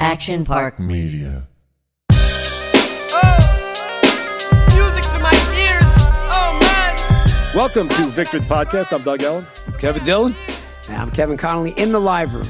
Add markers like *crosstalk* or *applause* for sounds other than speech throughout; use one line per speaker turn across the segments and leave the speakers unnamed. Action Park.
Media.
Oh. Oh,
Welcome to Victory Podcast. I'm Doug Allen.
Kevin Dillon.
Now, I'm Kevin Connolly in the live room.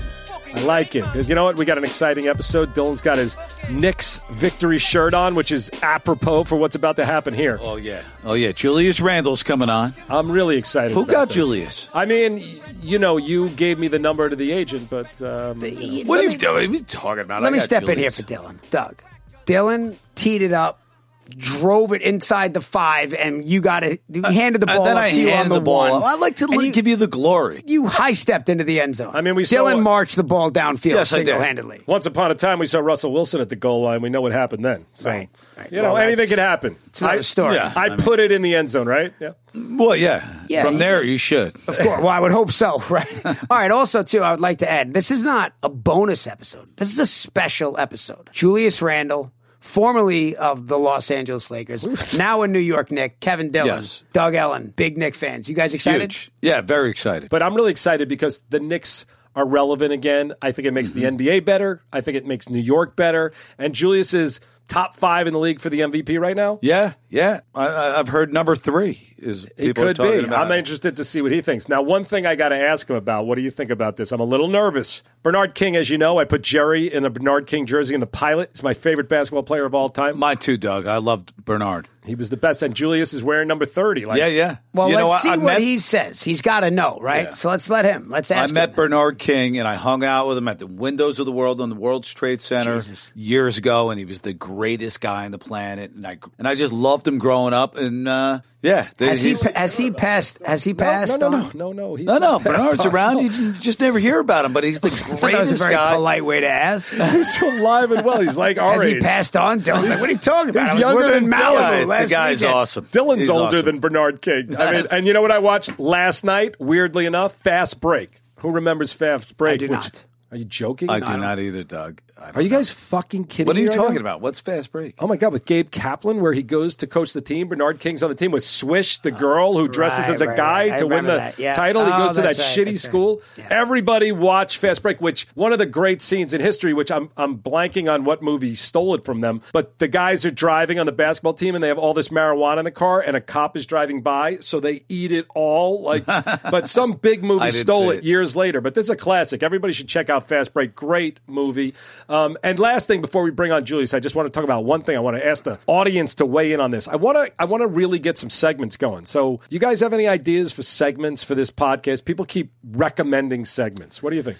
I like it. 'Cause You know what? We got an exciting episode. Dylan's got his Knicks victory shirt on, which is apropos for what's about to happen here.
Oh yeah. Oh yeah. Julius Randall's coming on.
I'm really excited.
Who
about
got
this.
Julius?
I mean, y- you know, you gave me the number to the agent, but um, you know.
What
let
are you
me,
doing? What are you talking about?
let
I
me
got
step in here
Julius.
for Dylan. Doug. Dylan teed it up, drove it inside the five, and you got it. You handed the
And
ball
Uh, then
up
I
to you on
handed
the,
the ball.
one.
I like to
And
le-
you-
give you the glory.
You high stepped into the end zone.
I mean, we saw
Dylan
what-
marched the ball downfield
Yes, I did.
single handedly.
once upon a time we saw Russell Wilson at the goal line. We know what happened then. So,
Right, right.
you know,
Well,
anything
that's-
could happen.
It's another
I,
story.
yeah.
I
I mean-
put it in the end zone, right? Yeah.
Well, yeah.
Yeah,
From
you-
there, you should.
Of course. Well, I would hope so, *laughs* right? All right. Also, too, I would like to add this is not a bonus episode. This is a special episode. Julius Randle, formerly of the Los Angeles Lakers, now a New York Nick, Kevin Dillon,
Yes.
Doug Ellen, big Nick fans. You guys excited?
Huge. Yeah. Very excited.
But I'm really excited because the Knicks are relevant again. I think it makes
Mm-hmm.
the NBA better. I think it makes New York better. And Julius is top five in the league for the MVP right now.
yeah. Yeah. I- I, I've heard number three is
He
people are
could
talking
be.
about.
I'm interested to see what he thinks. Now, one thing I got to ask him about. What do you think about this? I'm a little nervous. Bernard King, as you know, I put Jerry in a Bernard King jersey in the pilot. He's my favorite basketball player of all time.
My too, Doug. I loved Bernard.
he was the best, and Julius is wearing number 30. Like,
Yeah. Yeah.
Well,
you
let's
know, I-
see
I
what
met-
he says. He's got to know, right?
Yeah.
So let's let him. Let's
I
ask
met
him.
Bernard King and I hung out with him at the Windows of the World on the World Trade Center years ago, and he was the greatest guy on the planet, and I and I just loved him growing up, and uh, yeah, they-
Has he,
he's-
has he passed? Has he
No,
passed?
no, no, no,
on?
no, no. He's
no, no,
not passed
Bernard's
on.
around. You you just never hear about him, but he's the
That was a
greatest
very
guy.
polite way
*laughs*
to
*laughs*
ask.
He's alive and well. He's like our
Has he
age.
passed on? Dylan? Like, what are you talking about?
he's
I was
younger
with
than
him in
The
Dylan.
Malibu
guy-
last
the guy's
weekend.
awesome.
Dylan's
He's
older
awesome.
than Bernard King. I mean,
Yes.
and you know what I watched last night? Weirdly enough, Fast Break. Who remembers Fast Break?
I do
which-
not.
Are you joking?
I do not either, Doug. I don't
Are you
know.
guys fucking kidding?
What are
me
you
right
talking
now?
about? What's fast break?
Oh my god, with Gabe Kaplan, where he goes to coach the team. Bernard King's on the team with Swish, the girl who dresses
Right,
as a
right,
guy
right. I
to win
remember
the
that, yeah.
title. he
Oh,
goes to that
that's right,
shitty
that's right.
school.
Yeah.
Everybody watch Fast Break, which one of the great scenes in history, which I'm I'm blanking on what movie stole it from them. But the guys are driving on the basketball team and they have all this marijuana in the car, and a cop is driving by, so they eat it all. Like,
*laughs*
but some big movie
I didn't
stole
see
it
it.
years later. But this is a classic. Everybody should check out Fast Break. Great movie. Um, and last thing before we bring on Julius, I just want to talk about one thing. I want to ask the audience to weigh in on this. I want to I want to really get some segments going. So, you guys have any ideas for segments for this podcast? People keep recommending segments. What do you think?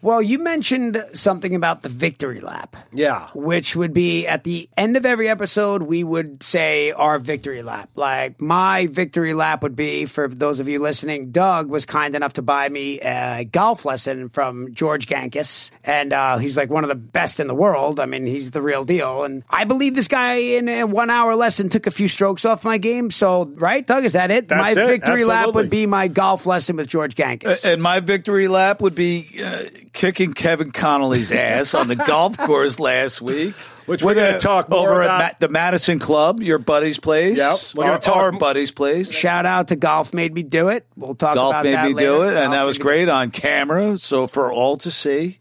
Well, you mentioned something about the victory lap.
Yeah.
Which would be at the end of every episode, we would say our victory lap. Like, my victory lap would be for those of you listening, Doug was kind enough to buy me a golf lesson from George Gankis. And uh, he's like one of the best in the world. I mean, he's the real deal. And I believe this guy in a one hour lesson took a few strokes off my game. So, right, Doug, is that it? my
That's it.
victory lap
Absolutely.
would be my golf lesson with George Gankis.
And my victory lap would be uh, kicking Kevin
*laughs*
Connolly's ass on the golf course last week.
Which we're
With,
gonna
uh,
talk more
over
about-
at Ma- the Madison Club, your buddy's place.
Yep. We're gonna
Our-
talk
our
m-
buddy's place.
Shout out to Golf Made Me Do It. We'll talk
Golf
about
made
that
me
later.
do it,
Golf
and that
Made
was
Me-
great on camera, so for all to see.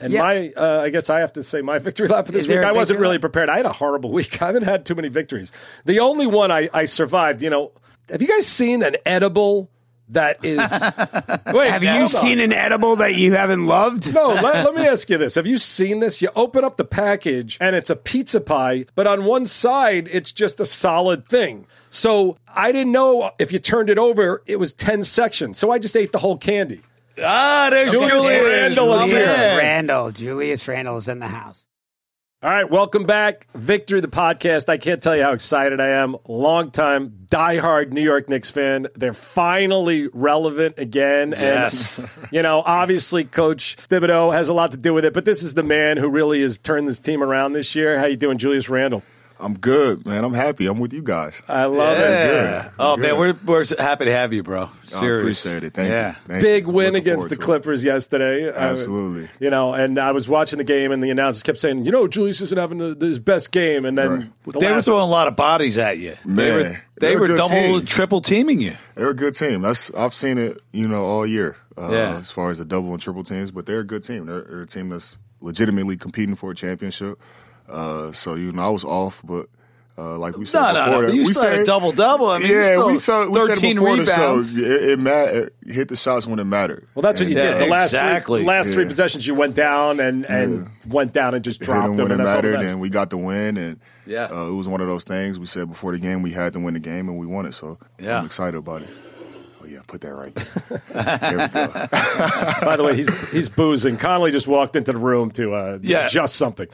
And
Yeah.
my, uh, I guess I have to say my *laughs* victory lap for this
Is there
week.
a
I wasn't
victory
really
lap?
prepared. I had a horrible *laughs* week. I haven't had too many victories. The only one I, I survived, you know, have you guys seen an edible that
*laughs*
is. Wait,
Have you seen an edible that you haven't loved?
No, let, let me ask you this. Have you seen this? You open up the package and it's a pizza pie, but on one side, it's just a solid thing. So I didn't know if you turned it over, it was 10 sections. So I just ate the whole candy.
Ah, there's
Julius
Julius
Randle is
my
here.
Julius
man.
Randall. Julius Randall is in the house.
All right, welcome back, Victory the podcast. I can't tell you how excited I am. Longtime diehard New York Knicks fan. They're finally relevant again,
Yes.
and *laughs* you know, obviously, Coach Thibodeau has a lot to do with it. But this is the man who really has turned this team around this year. How you doing, Julius Randle?
I'm good, man. I'm happy. I'm with you guys.
Uh,
I love it.
Yeah.
Good.
Oh
Good. Oh,
man, we're we're happy to have you, bro.
I
Serious.
appreciate it. Thank
yeah.
you. Thank
Big
you.
win
Looking
against
forward
the
to it.
Clippers yesterday. I-
Absolutely.
you know, and I was watching the game, and the announcers kept saying, "You know, Julius isn't having the, his best game," and then
Right.
the
They were
last-
throwing a lot of bodies at you. they
Man,
were they
they're a
were
good
double
team.
triple teaming you.
They're a good team. That's I've seen it, you know, all year. Uh,
Yeah.
As far as the double and triple teams, but they're a good team. They're, they're a team that's legitimately competing for a championship. Uh, so you know, I was off, but uh, like we said
No, no,
before,
no.
that-
but You
we
still had a
said-
double double. I mean, you
yeah,
still
we saw we said
thirteen
before
rebounds.
The show, it, it, ma- it hit the shots when it mattered.
Well, that's what you
And
did. The last
exactly.
three, last three
Yeah.
possessions, you went down and, and went down and just
hit 'em
dropped them,
when it
and that's all. that
mattered,
matters.
and we got the win. And
Yeah.
uh, it was one of those things we said before the game we had to win the game, and we won it. So
Yeah.
I'm excited about it. Oh yeah, put that right. *laughs* There, there we
*laughs*
go.
By the way, he's he's boozing. Connolly just walked into the room to uh,
Yeah.
adjust something.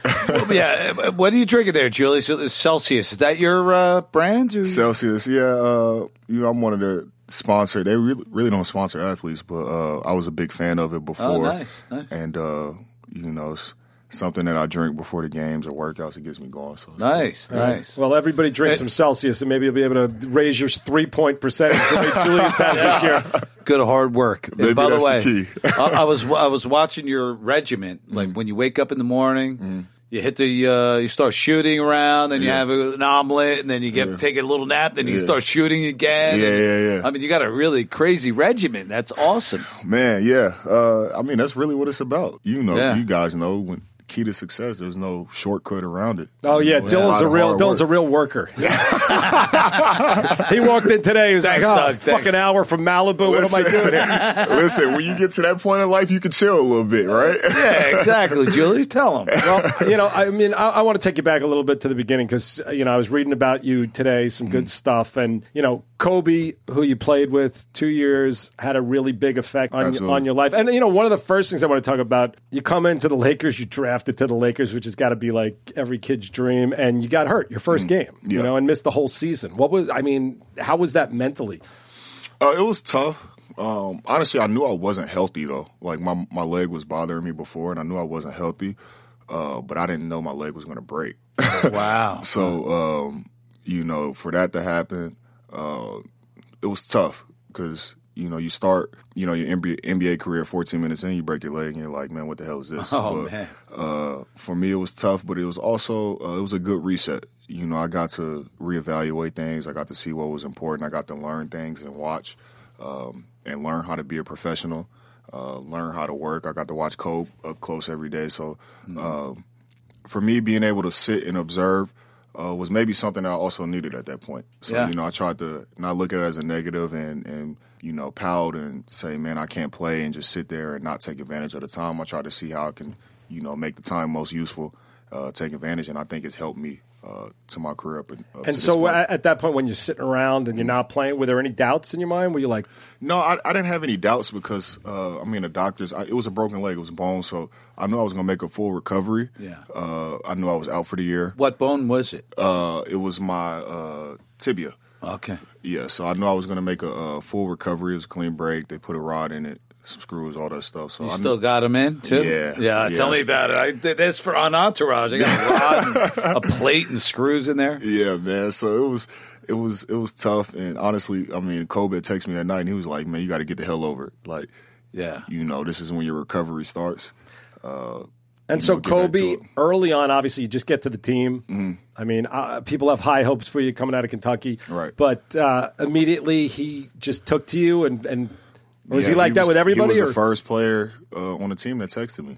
yeah. uh, What are you drinking there, Julie? So- uh, Celsius. Is that your uh, brand? Or-
Celsius, yeah, uh, you know, I'm one of the sponsor. They really, really don't sponsor athletes, but uh, I was a big fan of it before.
Oh, nice, nice.
And uh, you know, it's something that I drink before the games or workouts. It gets me going. So it's
nice, nice.
Well, everybody drinks
It-
some Celsius, and maybe you'll be able to raise your three point percentage the way Julius has this year.
good hard work.
Maybe
and by
that's
the
the
way,
key.
I, I was I was watching your regiment. Like when you wake up in the morning, you hit the uh, you start shooting around, then you
Yeah.
have an omelet, and then you get take a little nap, then you
Yeah.
start shooting again.
Yeah,
and-
yeah, yeah.
I mean, you got a really crazy regiment. That's
*laughs*
awesome.
Man, yeah. Uh, I mean, that's really what it's about. You know,
Yeah.
you guys know when key to success. There's no shortcut around it.
Oh yeah,
It's lot
Dylan's a
of
real
hard
Dylan's a
work.
real worker. *laughs* he walked in today. He was
Thanks,
like, "Oh,
Doug, thanks."
fucking hour from Malibu. What am I doing here?"
*laughs* Listen, when you get to that point in life, you can chill a little bit, right?
*laughs* Yeah, exactly, Julie. Tell them.
*laughs*
well, you know, I mean, I, I want to take you back a little bit to the beginning because you know I was reading about you today, some good stuff, and you know, Kobe, who you played with two years, had a really big effect on
Absolutely.
on your life. And you know, one of the first things I want to talk about, you come into the Lakers, you drafted to the Lakers, which has got to be like every kid's dream, and you got hurt your first game, you
Yeah.
know, and missed the whole season. What was, I mean, how was that mentally?
*laughs* Uh, it was tough. Um, honestly, I knew I wasn't healthy though. Like my my leg was bothering me before, and I knew I wasn't healthy. Uh, but I didn't know my leg was going to break.
Wow.
So um, you know, for that to happen, uh, it was tough because you know you start you know your NBA, NBA career 14 minutes in, you break your leg, and you're like, man, what the hell is this?
Oh,
But,
man.
Uh, for me, it was tough, but it was also uh, it was a good reset. You know, I got to reevaluate things. I got to see what was important. I got to learn things and watch um, and learn how to be a professional. Uh, learn how to work. I got to watch Kobe up close every day. So for me, being able to sit and observe uh, was maybe something I also needed at that point. So
Yeah.
you know, I tried to not look at it as a negative and and you know pout and say, man, I can't play, and just sit there and not take advantage of the time. I tried to see how I can you know make the time most useful, uh, take advantage, and I think it's helped me uh, to my career up. And, up to
And
this
so
point.
at, at that point, when you're sitting around and you're not playing, were there any doubts in your mind? Were you like,
No, I, I didn't have any doubts because uh, I mean the doctors. I, it was a broken leg, it was bone, so I knew I was gonna make a full recovery.
Yeah.
uh, I knew I was out for the year.
What bone was it?
Uh, it was my uh, tibia.
Okay.
Yeah, so I knew I was gonna make a, uh full recovery. It was a clean break. They put a rod in it, some screws, all that stuff. So
You
I knew-
still got him in too.
Yeah.
yeah.
Yeah,
Tell me
I still-
about it. I did this for on entourage. I
*laughs*
got a rod, and a plate, and screws in there.
Yeah, man. So it was, it was, it was tough. And honestly, I mean, Kobe texted me that night, and he was like, "Man, you got to get the hell over it. Like,
Yeah.
you know, this is when your recovery starts."
And so
know, get back
Kobe,
to it. Mm-hmm.
early on, obviously, you just get to the team. I mean, uh, people have high hopes for you coming out of Kentucky,
Right.
But uh, immediately he just took to you, and and was he
Yeah,
like that
was-
with everybody?
He was
or-
the first player uh, on the team that texted me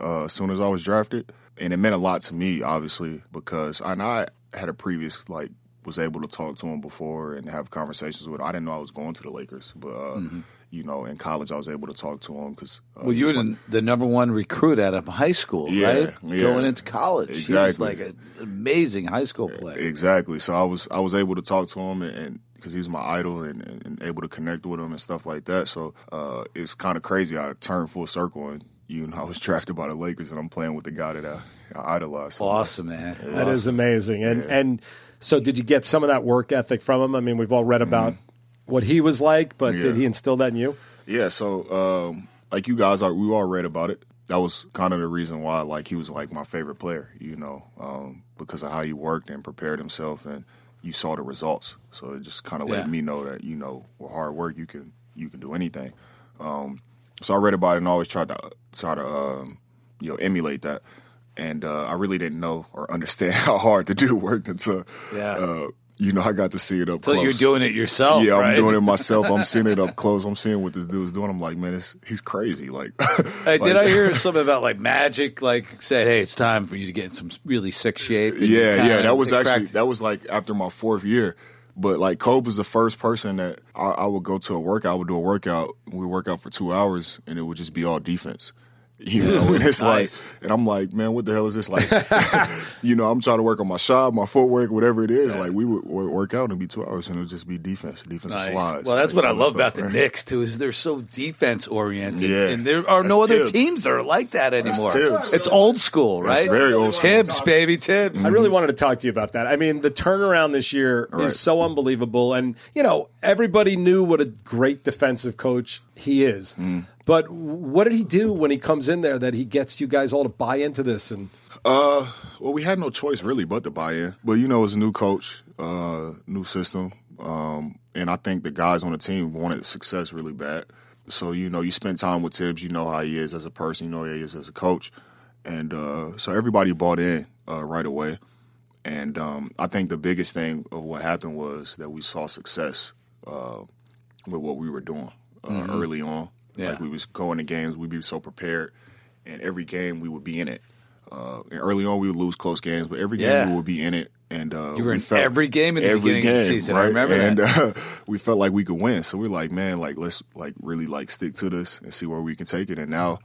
uh, as soon as I was drafted, and it meant a lot to me, obviously, because and I had a previous like was able to talk to him before and have conversations with. Him. I didn't know I was going to the Lakers, but uh,
Mm-hmm.
you know, in college I was able to talk to him because uh,
Well,
he
you were
was
the, the number one recruit out of high school,
Yeah,
right?
yeah.
Going into college, he was
Exactly.
like an amazing high school player.
Exactly. So I was I was able to talk to him and because he's my idol and, and, and able to connect with him and stuff like that. So uh, it's kind of crazy. I turned full circle and you know I was *laughs* drafted by the Lakers and I'm playing with the guy that I, I idolized. So,
Awesome, man.
That is amazing. And and so did you get some of that work ethic from him? I mean, we've all read about what he was like, but
Mm-hmm. Yeah.
did he instill that in you?
Yeah. So um, like you guys are, we all read about it. That was kind of the reason why like he was like my favorite player. You know, um, because of how he worked and prepared himself and you saw the results. So it just kind of let
Yeah.
me know that you know with hard work you can you can do anything. Um, so I read about it and always tried to try to um, you know emulate that. *laughs* And uh, I really didn't know or understand how hard to do work until
Yeah.
uh, you know, I got to see it up
So
close.
you're doing it yourself,
yeah,
right?
I'm doing it myself. I'm seeing it up close. I'm seeing what this dude's doing. I'm like, man, it's, he's crazy. Like,
*laughs*
*laughs*
Hey, did
like-
I
*laughs*
hear something about like magic? Like said, hey, it's time for you to get in some really sick shape. and you
Yeah,
kinda
yeah, that was
cracked-
actually that was like after my fourth year. But like Kobe was the first person that I, I would go to a workout. I would do a workout. We work out for two hours, and it would just be all defense. *laughs* You know, and
*laughs*
it's
Nice.
like, and I'm like, man, what the hell is
*laughs*
this like? *laughs* you know, I'm trying to work on my shot, my footwork, whatever it is. Like we would wor- work out and it'd be two hours, and it would just be defense, defensive
Nice.
slides.
Well, that's what
like,
I
all this
love
stuff,
about the
right?
Knicks too is they're so defense oriented,
Yeah.
and there are no
That's
other
Tibbs.
teams that are like that anymore.
Tibbs.
It's old school, right?
That's very old school. Mm.
Tibbs, baby, Tibbs.
I really wanted to talk to you about that. I mean, the turnaround this year
Mm-hmm. right.
is so unbelievable, and you know everybody knew what a great defensive coach he is.
Mm.
But what did he do when he comes in there that he gets you guys all to buy into this? And
Uh, well, we had no choice really but to buy in. But you know, it's a new coach, uh, new system, um, and I think the guys on the team wanted success really bad. So you know, you spend time with Tibbs, you know how he is as a person, you know how he is as a coach, and uh, so everybody bought in uh, right away. And um, I think the biggest thing of what happened was that we saw success uh, with what we were doing uh, early on.
Mm-hmm. Yeah.
Like we was going to games, we'd be so prepared, and every game we would be in it. Uh, and early on, we would lose close games, but every game
Yeah.
we would be in it. And uh,
You were
we
in
felt-
every game at the
every
beginning of the
game,
season. I
Right?
remember
and,
that.
uh, *laughs* we felt like we could win, so we we're like, man, like let's like really like stick to this and see where we can take it. And now,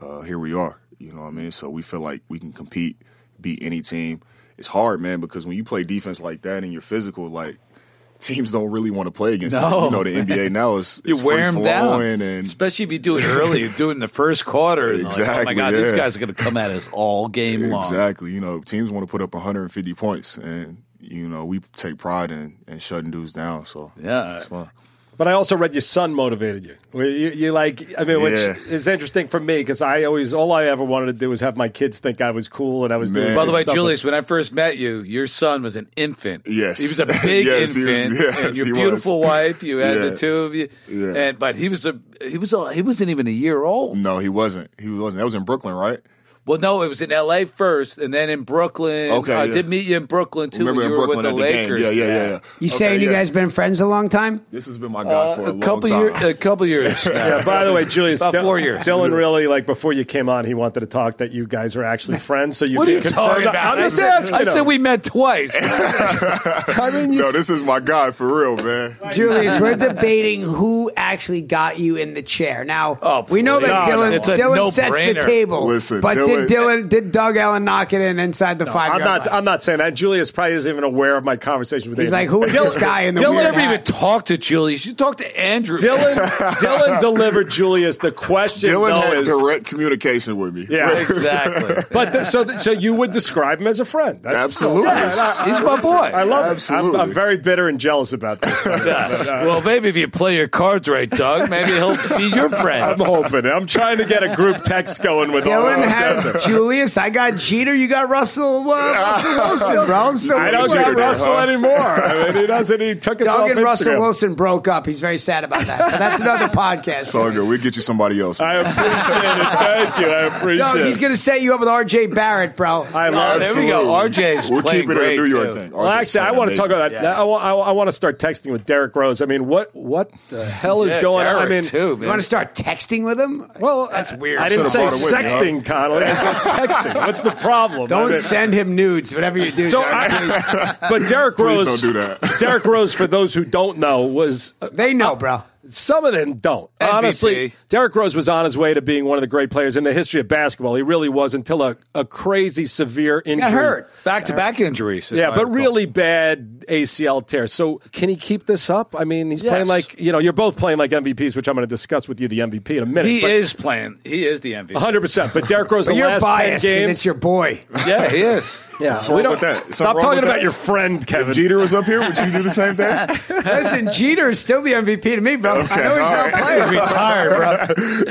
uh, here we are. You know what I mean? So we feel like we can compete, beat any team. It's hard, man, because when you play defense like that and you're physical, like *laughs* teams don't really want to play against.
No.
you know
*laughs*
the NBA now is
You
it's
wear them down,
free-flowing and
especially if you do it early. You do it in the first quarter. And exactly. Like, oh my
Exactly,
god, these
yeah.
guys are going to come at us all game long.
Exactly. You know, teams want to put up 150 points, and you know we take pride in, in shutting dudes down. So
Yeah.
it's fun.
but I also read your son motivated you. Where You, you like, I mean, which
Yeah.
is interesting for me because I always all I ever wanted to do was have my kids think I was cool and I was doing.
Man.
By the way,
stuff with-
Julius, when I first met you, your son was an infant.
Yes.
he was
*laughs*
a big
Yes, he was-
infant.
*laughs* yes,
and your
he was.
beautiful wife, you had the
Yeah.
two of you.
Yeah.
And but he was a he was a, he wasn't even a year old.
No, he wasn't. He wasn't. That was in Brooklyn, right?
Well, no, it was in L.A. first, and then in Brooklyn.
Okay,
I
yeah.
did meet you in Brooklyn too.
Remember
when
in
you were
Brooklyn
with the
at the game.
Lakers.
Yeah, yeah, yeah. yeah.
You saying
Okay,
you
yeah.
guys been friends a
*laughs*
long time?
This has been my guy
Uh,
for a,
a
long
couple
time.
years, a couple years. *laughs*
Yeah, by the way, Julius,
About
Dil-
four years.
Dylan really like before you came on, he wanted to talk that you guys are
*laughs*
actually friends. So you
What are
can
you
confirm
talking
that-
about?
I'm just asking.
I said we met twice. uh,
I mean, you
*laughs* no, this is my guy for real,
*laughs*
man.
Julius, we're debating who actually got you in the chair. Now
Oh,
we know that
please.
Dylan,
It's a
Dylan
no-brainer.
sets the table,
Listen,
but
Dylan-
did Dylan did Doug Allen knock it in inside the five?
I'm
yard
not.
line?
I'm not saying that. Julius probably isn't even aware of my conversation with.
He's
Andy.
like, who is this guy in the
Dylan
weird
never
hat?
even *laughs* talked to Julius. You talked to Andrew.
Dylan. *laughs* Dylan delivered Julius the question.
Dylan
though,
had
is,
direct communication with me.
*laughs*
Yeah. *laughs*
exactly.
But th- so th- so you would describe him as a friend. That's,
Absolutely.
He's my boy.
I love it.
Absolutely.
I'm, I'm very bitter and jealous about this.
well, maybe if you play your cards right, Doug, maybe he'll be *laughs* your
*laughs* I'm
friend.
hoping. I'm trying to get a group text going with all of
Dylan
them.
has Julius. I got Jeter. You got Russell.
*laughs*
Uh, Russell Wilson, bro. I'm so
I don't
Jeter
got
there,
Russell anymore. I mean, he doesn't. He took us off
Doug and
Instagram.
Russell Wilson broke up. He's very sad about that. But that's
*laughs*
another podcast.
It's all good. We'll get you somebody else.
I
*laughs*
appreciate it. Thank you. I appreciate
Doug,
it.
he's going to set you up with R.J. Barrett, bro.
I love
there
it.
we go. RJ's
We're
playing
keeping it
great,
a New York
too.
thing.
Well,
RJ's
actually, I
playing
want to talk
amazing.
about that. I, want, I, want to start texting with Derek Rose. I mean, what what the hell is
Yeah,
going on? I
Derek,
mean,
too, man.
You want to start texting with him?
well, that's
weird.
I
I
didn't
should've
say
brought it with me,
sexting, Connolly. I said texting. What's the problem? I
Don't
mean-
send him nudes, whatever you do.
So,
Doug.
I, *laughs* but Derek Rose.
Please don't do that.
Derek Rose, for those who don't know, was
they know,
uh,
bro.
Some of them don't. Honestly,
MVP.
Derrick Rose was on his way to being one of the great players in the history of basketball. He really was until a, a crazy severe injury.
hurt.
Back to back injuries. if
Yeah,
I
but
recall.
really bad ACL tear. So can he keep this up? I mean, he's
Yes.
playing like you know, you're both playing like MVPs, which I'm going to discuss with you the MVP in a minute.
He
but
is playing. He is the MVP.
100. percent But Derrick Rose,
But
the
you're
last
biased
ten
because
games,
it's
*laughs*
your boy.
Yeah, he is.
yeah. We
wrong
don't
with that? Something
stop
wrong
talking
with
about
that?
your friend Kevin.
*laughs*
Jeter was up here. Would you do the same thing?
Listen, Jeter is still the MVP to me, bro. I know he's
all
not
right.
playing.
Retired, bro.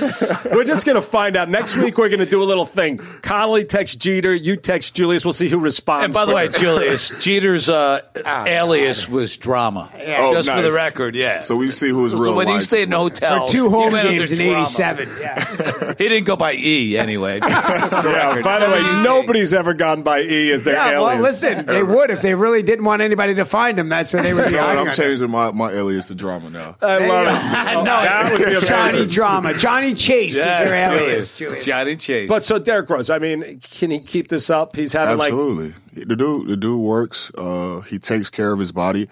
We're just going to find out. Next week, we're going to do a little thing. Connolly texts Jeter. You text Julius. We'll see who responds.
And by the way,
first.
*laughs* Julius Jeter's uh, alias was drama.
Oh,
Just for
nice.
the record, yeah.
So we see who is
So
real.
when you *laughs*
life. *laughs*
stay in the hotel,
For two home
you went under
games in
drama.
'87. Yeah.
he didn't go by E anyway. *laughs* yeah,
by the way, nobody's ever gone by E as their
yeah
alias.
well, listen, they would if they really didn't want anybody to find them. That's where they would be.
You know what?
hiding
I'm
under.
changing my, my alias to drama now.
*laughs* I love it.
No,
that would be
Johnny
amazing.
Drama, Johnny Chase is your alias. Julius.
Johnny Chase.
But so Derek Rose, I mean, can he keep this up? He's having like
Absolutely, the dude the dude works. Uh, he takes care of his body.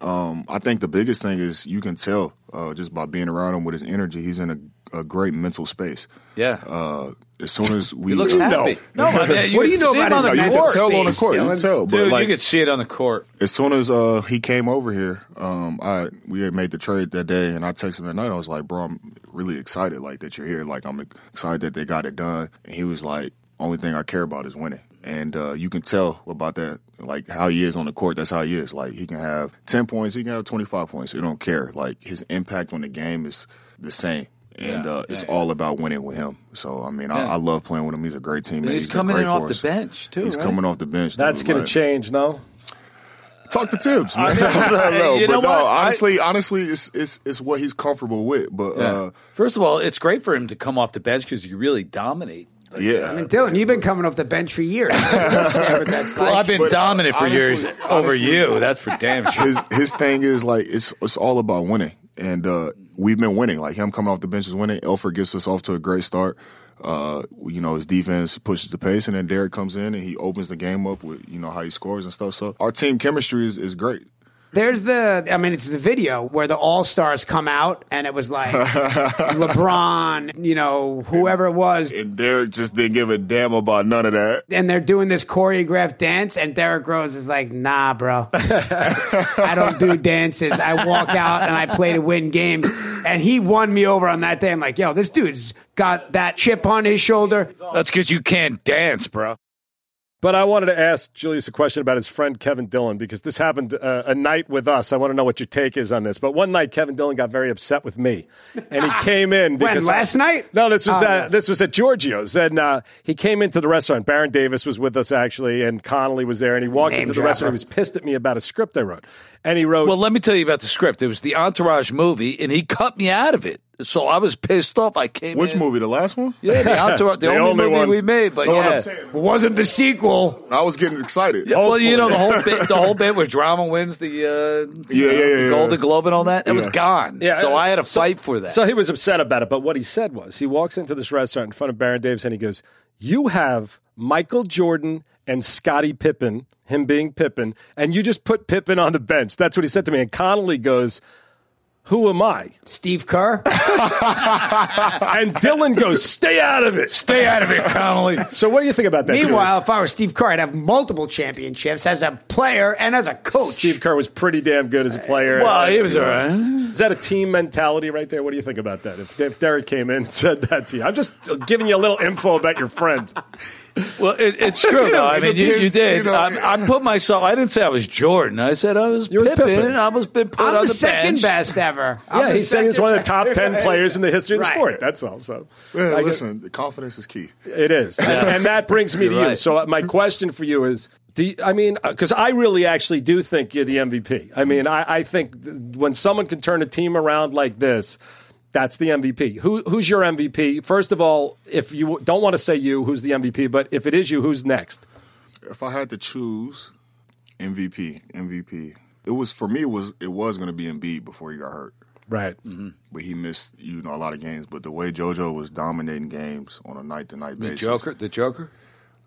Um, I think the biggest thing is you can tell uh, just by being around him with his energy. He's in a, a great mental space.
yeah.
Uh, as soon
*laughs*
as we
he looks
uh,
happy. *laughs*
*laughs*
No, but
yeah,
what do
could
you know
see him
about his
on the
you
mental
can
court.
tell on the
space,
court. You can
Dylan.
tell, but
Dude,
like
you could see it on the court.
as soon as uh, he came over here, um, I we had made the trade that day, and I texted him at night. I was like, "Bro, I'm really excited like that you're here. Like, I'm excited that they got it done." And he was like, "Only thing I care about is winning." And uh, you can tell about that, like how he is on the court. That's how he is. Like, he can have ten points, he can have twenty five points. He don't care. Like his impact on the game is the same. And
Yeah,
uh,
yeah,
it's
yeah.
all about winning with him. So I mean, I, I love playing with him. He's a great teammate.
he's
been
coming
great
in off
for
the
us.
bench, too,
He's
right?
coming off the bench.
that's
dude,
going
like-
to change, no?
Talk to Tibbs. Man. *laughs* I know,
You
but
know
no,
what? I-
honestly, honestly, it's it's it's what he's comfortable with. But uh,
First of all, it's great for him to come off the bench because you really dominate.
yeah,
And Dylan, you've been coming off the bench for years. You understand what that's
Well,
like.
I've been
But, uh,
dominant for years
honestly-
over
honestly-
you. That's for damn sure.
his his thing is like it's it's all about winning, and uh, we've been winning. Like him coming off the bench is winning. Elford gets us off to a great start. Uh, you know his defense pushes the pace, and then Derek comes in and he opens the game up with you know how he scores and stuff. So our team chemistry is, is great.
There's the, I mean, it's the video where the All Stars come out, and it
*laughs*
was like LeBron, you know, whoever it was,
And Derek just didn't give a damn about none of that.
and they're doing this choreographed dance, and Derek Rose is like, "Nah, bro, I don't do dances. I walk out and I play to win games." And he won me over on that day. I'm like, "Yo, this dude's got that chip on his shoulder."
That's because you can't dance, bro.
But I wanted to ask Julius a question about his friend Kevin Dillon because this happened uh, a night with us. I want to know what your take is on this. But one night, Kevin Dillon got very upset with me, and
*laughs*
he came in
When,
because
last night?
No, this was
Oh,
uh,
yeah.
this was at Giorgio's, and uh, he came into the restaurant. Baron Davis was with us actually, and Connolly was there, and he walked
Name
into the
dropper.
restaurant. He was pissed at me about a script I wrote, and he wrote.
Well, let me tell you about the script. It was the Entourage movie, and he cut me out of it. So I was pissed off. I came
Which
in-
movie? The last one?
Yeah,
*laughs*
the Entourage,
The
the, only,
only
movie
one.
we made. But
You know what I'm
yeah.
saying?
Wasn't the sequel?
I was getting excited.
Yeah, well, you know the whole bit, the whole bit where drama wins the, uh, you
Yeah,
know,
yeah, yeah,
the
yeah.
Golden Globe and all that. It was
Yeah.
gone.
Yeah,
so
uh,
I had to fight for that.
So he was upset about it, but what he said was he walks into this restaurant in front of Baron Davis and he goes, You have Michael Jordan and Scottie Pippen, him being Pippen, and you just put Pippen on the bench. That's what he said to me. And Connolly goes, Who am
*laughs*
I? *laughs*
Steve Kerr.
And Dylan goes, Stay out of it.
Stay out of it, Connolly.
*laughs* So what do you think about that? Julius?
Meanwhile, if I were Steve Kerr, I'd have multiple championships as a player and as a coach.
Steve Kerr was pretty damn good as a player.
well, he was all right.
Is that a team mentality right there? What do you think about that? If, if Derek came in and said that to you, I'm just giving you a little info about your friend.
Well, it, it's
*laughs*
true. though. I mean, you, you
It's,
did.
you know-
I, I put myself. I didn't say I was Jordan. I said I was
were
Pippen.
Pippen.
I was been put on
I'm the,
the,
second
bench.
best ever. I'm
Yeah,
the
he's saying he's
second
one of the top
best.
10 players in the history of the
Right.
sport. That's all. So
Yeah,
I guess-
listen, the confidence is key.
it
*laughs*
is. And that brings me to
You're
you.
right.
So uh, my question for you is do you, I mean, because I really actually do think you're the MVP. I mean, I, I think th- when someone can turn a team around like this, that's the MVP. Who, who's your MVP? First of all, if you don't want to say you, who's the MVP? But if it is you, who's next?
If I had to choose MVP, MVP, it was for me. It was it was going to be Embiid before he got hurt,
Right.
but he missed you know a lot of games. But the way JoJo was dominating games on a night to night
The
basis,
Joker. The Joker.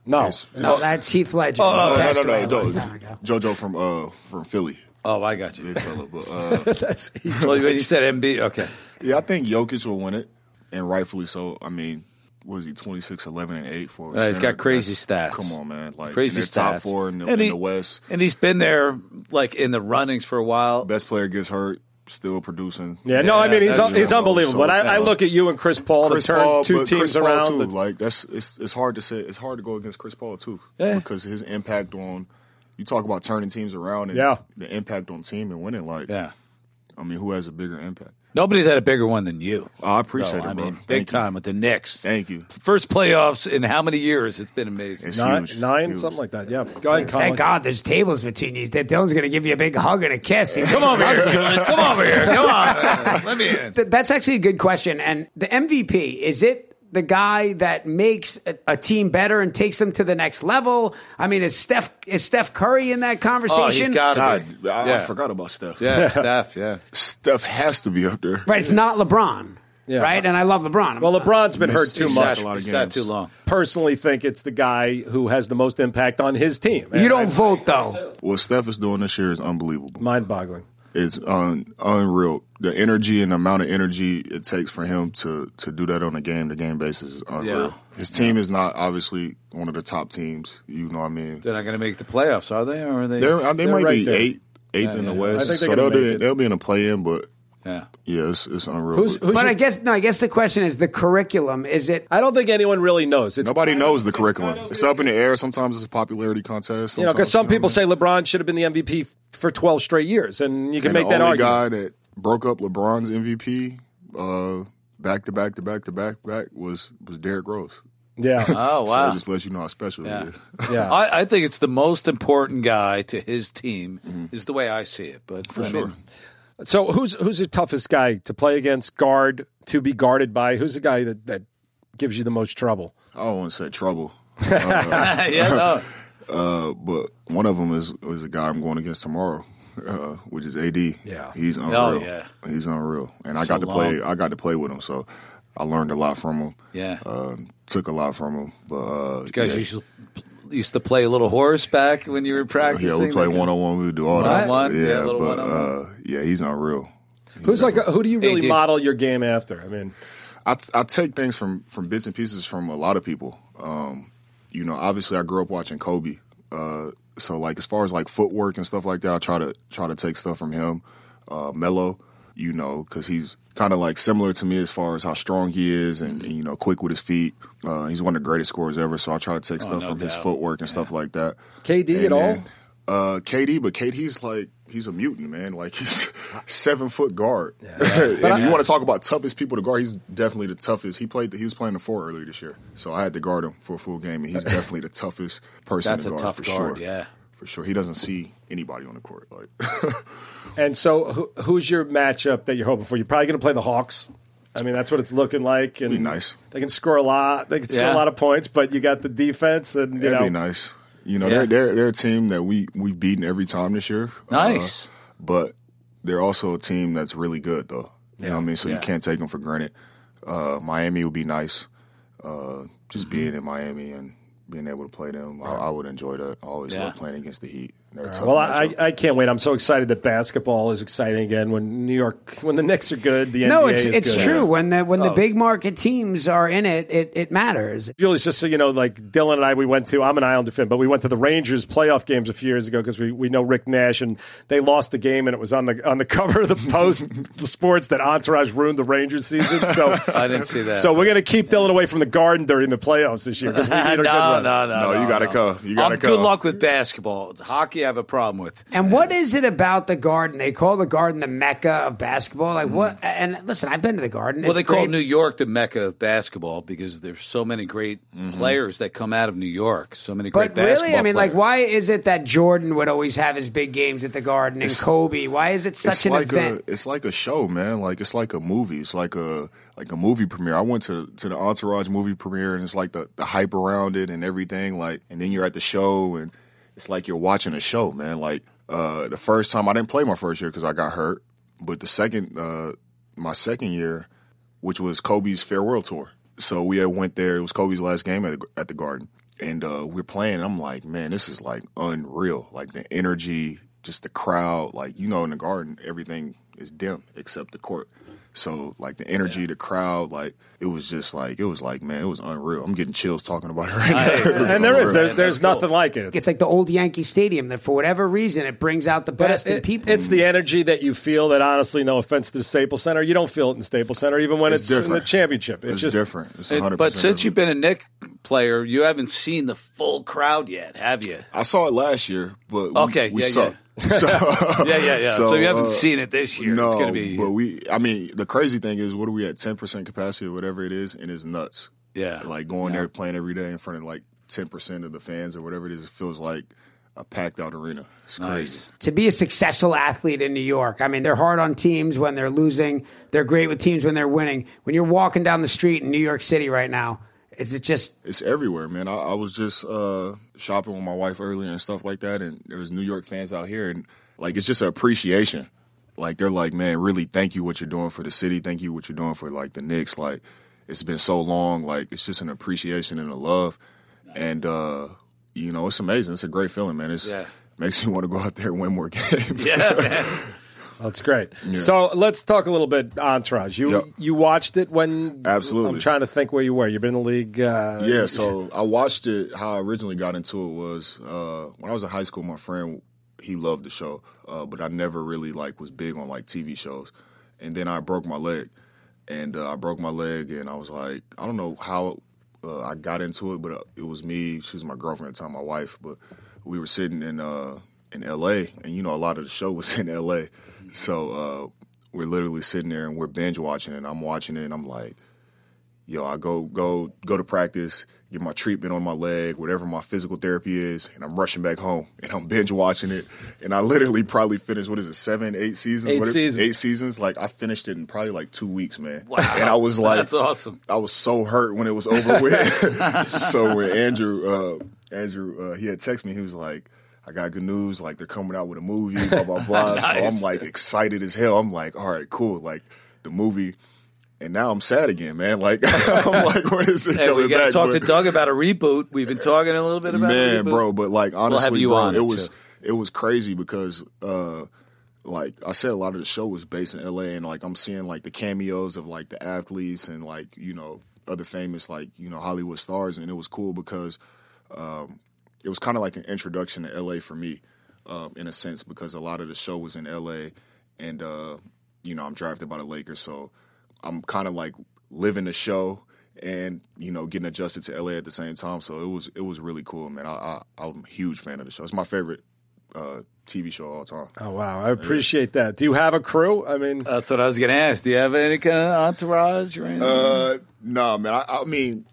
No.
No, that's Heath Ledger.
Oh,
He
no,
passed away
no,
a
no,
long
no,
time ago.
JoJo from uh from Philly.
Oh, I got you.
*laughs* Big fella, but
*laughs*
uh,
That's,
well, you said MB. Okay.
yeah, I think Jokic will win it, and rightfully so. I I mean. What is he? 26, 11, and eight for. a
Uh, he's
center.
got crazy
That's-
stats.
Come on, man! Like
Crazy
crazy
stats.
top four in the, in
he-
the West.
and he's been there like in the runnings for a while.
Best player gets hurt, still producing.
yeah, no, I mean, he's,
that's-
he's unbelievable. When I, I look at you and Chris Paul
Chris
to turn
Paul,
two
but
teams
Chris Paul,
around.
too. Like that's it's it's hard to say. It's hard to go against Chris Paul too
Yeah.
because his impact on you talk about turning teams around and
Yeah.
the impact on team and winning. Like
Yeah.
I mean, who has a bigger impact?
Nobody's had a bigger one than you.
I appreciate
So,
it,
I
bro.
mean,
Thank
big
you.
time with the Knicks.
Thank you.
First playoffs in how many years? It's been amazing.
It's
Nine,
huge.
nine
Huge.
something like that. Yeah. Go ahead, Colin.
Thank God there's tables between you. That Dylan's going to give you a big hug and a kiss. He's
Come over here, Julius. Come over here. Come on. Let me in.
Th- that's actually a good question. And the MVP is it the guy that makes a, a team better and takes them to the next level? I mean, is Steph is Steph Curry in that conversation?
Oh, he's got
God, I,
Yeah.
I forgot about Steph. *laughs*
Yeah, Steph. Yeah.
Steph has to be up there.
right, it's not LeBron.
Yeah.
Right, and I love LeBron.
Well, LeBron's been hurt
Missed-
too
he
much.
shot a lot of
He's sat
games.
too long.
Personally, think it's the guy who has the most impact on his team.
you don't vote though.
What Steph is doing this year is unbelievable.
Mind-boggling.
It's un- unreal. The energy and the amount of energy it takes for him to to do that on a game to game basis is unreal.
Yeah.
His team is not obviously one of the top teams. You know what I mean?
They're not going to make the playoffs, are they? Or are they?
They're, uh, they
They're
might
right
be
there.
eight, eighth in the West.
I think they're gonna
so they'll
make
be,
it.
they'll be in a play in, but
yeah.
yeah, it's, it's unreal.
Who's,
But
who's
But
your-
I guess no. I guess the question is the curriculum. Is it
I don't think anyone really knows. It's
Nobody knows the curriculum. It's up in the air. Sometimes it's a popularity contest.
you know because
sometimes,
some
what I
people say
mean?
LeBron should have been the MVP f- for 12 straight years, and you can
And
make
the
that argument.
only guy that broke up LeBron's MVP uh, back to back to back to back back was was Derrick Rose.
Yeah,
Oh
So
wow.
it just lets you know how special
Yeah.
it is. *laughs*
yeah.
I, I think it's the most important guy to his team, is the way I see it. But for
Mm-hmm. sure.
So who's who's the toughest guy to play against, guard to be guarded by? Who's the guy that that gives you the most trouble?
I don't want to say trouble,
*laughs* yeah, no.
uh, but one of them is is a guy I'm going against tomorrow, uh, which is AD.
Yeah.
he's unreal.
Oh, yeah.
he's unreal. And I got to play. I got to play with him, so I learned a lot from him.
Yeah.
uh, took a lot from him. But uh,
guys
yeah.
used to, used to play a little horseback when you were practicing.
yeah, we play one on one. We do all that.
One-on-one? Yeah,
yeah,
a little
but uh,
one-on-one.
yeah, he's unreal.
Who's like a, who do you really
dude.
model your game after? I mean,
I, t- I take things from from bits and pieces from a lot of people. Um, you know, obviously I grew up watching Kobe, uh, so like as far as like footwork and stuff like that, I try to try to take stuff from him. Uh, Mello, you know, because he's kind of like similar to me as far as how strong he is and,
Mm-hmm.
and, you know quick with his feet. Uh, he's one of the greatest scorers ever, so I try to take stuff
Oh, no
from his
doubt.
footwork and stuff like that.
KD at
And
all?
then, Uh, KD, but KD's like he's a mutant, man. Like he's *laughs* seven foot guard, *laughs* and you want to talk about toughest people to guard? He's definitely the toughest. He played. He was playing the four earlier this year, so I had to guard him for a full game,
*laughs*
and he's definitely the toughest person.
That's
to
a
guard,
tough
for
guard,
sure.
yeah.
for sure. He doesn't see anybody on the court. Like *laughs*
And so who, who's your matchup that you're hoping for? You're probably going to play the Hawks. I mean, that's what it's looking like. And
Be nice.
They can score a lot. They can score
Yeah.
a lot of points, but you got the defense, and you
that'd
know,
be nice. You know,
Yeah.
they're, they're they're a team that we we've beaten every time this year.
Nice.
Uh, but they're also a team that's really good though. You know what I mean? So
Yeah.
you can't take them for granted. Uh, Miami would be nice. Uh, just
Mm-hmm.
being in Miami and being able to play them, I, I would enjoy that. I always
Yeah.
love playing against the Heat. They're a tough
Well, I,
matchup.
I can't wait. I'm so excited that basketball is exciting again. When New York, when the Knicks are good, the
no?
NBA
It's
is
it's
good. Oh,
true when the when the big market teams are in it, it it matters.
Julius, just so you know, like Dylan and I, we went to, I'm an Islander fan, but we went to the Rangers playoff games a few years ago because we, we know Rick Nash and they lost the game and it was on the on the *laughs* cover of the Post the Sports that Entourage ruined the Rangers season. So
*laughs* I didn't see that.
So we're going to keep Dylan away from the garden during the playoffs this year because we need a
*laughs* no,
good
no,
run.
no,
no, you gotta come. You gotta
I'm
come.
Good luck with basketball. Hockey, I have a problem with.
And what is it about the Garden? They call the Garden the mecca of basketball. Like what? And listen, I've been to the Garden.
Well,
It's
they call
great.
New York the mecca of basketball because there's so many great
Mm-hmm.
players that come out of New York. So many great
But
basketball.
really, I mean, like,
players.
why is it that Jordan would always have his big games at the Garden and Kobe? Why is it such
it's
an
like
event?
a it's like a show, man. Like it's like a movie. It's like a like a movie premiere. I went to to the Entourage movie premiere, and it's like the the hype around it and everything. Like, and then you're at the show, and it's like you're watching a show, man. Like uh, the first time I didn't play my first year because I got hurt, but the second uh, my second year, which was Kobe's farewell tour. So we had went there. It was Kobe's last game at the, at the Garden, and uh, we're playing. I'm like, man, this is like unreal. Like the energy, just the crowd. Like you know, in the Garden, everything is dim except the court. So like the energy, the crowd, like it was just like it was like man, it was unreal. I'm getting chills talking about it right *laughs* now. It was
And there is
unreal.
there's there's nothing like it.
It's like the old Yankee Stadium that, for whatever reason, it brings out the best in
It-
people.
It's the energy that you feel that honestly, no offense to Staples Center, you don't feel it in Staples Center, even when it's,
It's
in the
different.
championship. It's,
It's
just
different. It's 100.
But since you've been a Nick player. You haven't seen the full crowd yet, have
*laughs*
you?
I saw it last year, but we,
Okay,
we
yeah, *laughs*
sucked. *laughs* So,
Yeah, yeah, yeah. So, you haven't
uh,
seen it this year.
No,
it's going to be
but we. I mean, the crazy thing is, what are we at? Ten percent capacity or whatever it is, and it's nuts.
yeah,
Like going there playing every day in front of like ten percent of the fans or whatever it is, it feels like a packed out arena. It's crazy.
to be a successful athlete in New York. I mean, they're hard on teams when they're losing. They're great with teams when they're winning. When you're walking down the street in New York City right now, it's just
It's everywhere, man. I, I was just uh, shopping with my wife earlier and stuff like that, and there was New York fans out here, and like it's just an appreciation. Like they're like, man, really, thank you what you're doing for the city. Thank you what you're doing for like the Knicks. Like it's been so long. Like it's just an appreciation and a love, and uh, you know it's amazing. It's a great feeling, man. It's
Yeah.
makes me want to go out there and win more *laughs* games.
yeah, man.
That's great. So let's talk a little bit entourage. You
Yep.
you watched it when
Absolutely.
I'm trying to think where you were. You've been in the league. Uh,
yeah, so I watched it. How I originally got into it was uh, when I was in high school. My friend he loved the show, uh, but I never really like was big on like TV shows. And then I broke my leg, and uh, I broke my leg, and I was like, I don't know how uh, I got into it, but uh, it was me. She was my girlfriend at the time, my wife. But we were sitting in uh, in L.A., and you know a lot of the show was *laughs* in L.A., so. Uh, we're literally sitting there and we're binge watching it. And I'm watching it and I'm like, yo, I go go go to practice, get my treatment on my leg, whatever my physical therapy is, and I'm rushing back home and I'm binge watching it. And I literally probably finished what is it, seven, eight seasons?
Eight
What-
seasons.
Eight seasons. Like I finished it in probably like two weeks, man. And I was like,
*laughs* That's awesome.
I was so hurt when it
*laughs*
was over with. *laughs* so when Andrew, uh, Andrew, uh, he had texted me. He was like, "I got good news. Like they're coming out with a movie. Blah blah
*laughs*
blah." So I'm like excited as hell. I'm like, "All right, cool. Like the movie." And now I'm sad again, man. Like *laughs*
*laughs*
I'm like, "What is it
Hey,
coming
we got to
back?"
talk to
with?"
Doug about a reboot. We've been talking a little bit about a
man,
reboot.
bro. But like honestly,
you
bro,
on
it
it,
was
too.
it was crazy because uh like I said, a lot of the show was based in L.A. and like I'm seeing like the cameos of like the athletes and like you know other famous like you know Hollywood stars, and it was cool because it was kind of like an introduction to LA for me, um, in a sense, because a lot of the show was in LA, and uh, you know I'm drafted by the Lakers, so I'm kind of like living the show and you know getting adjusted to LA at the same time. So it was it was really cool, man. I, I I'm a huge fan of the show. It's my favorite uh, TV show of all time.
Oh wow, I appreciate that. Do you have a crew? I mean,
That's what I was going to ask. Do you have any kind of entourage or anything?
Uh, no, man. I, I mean,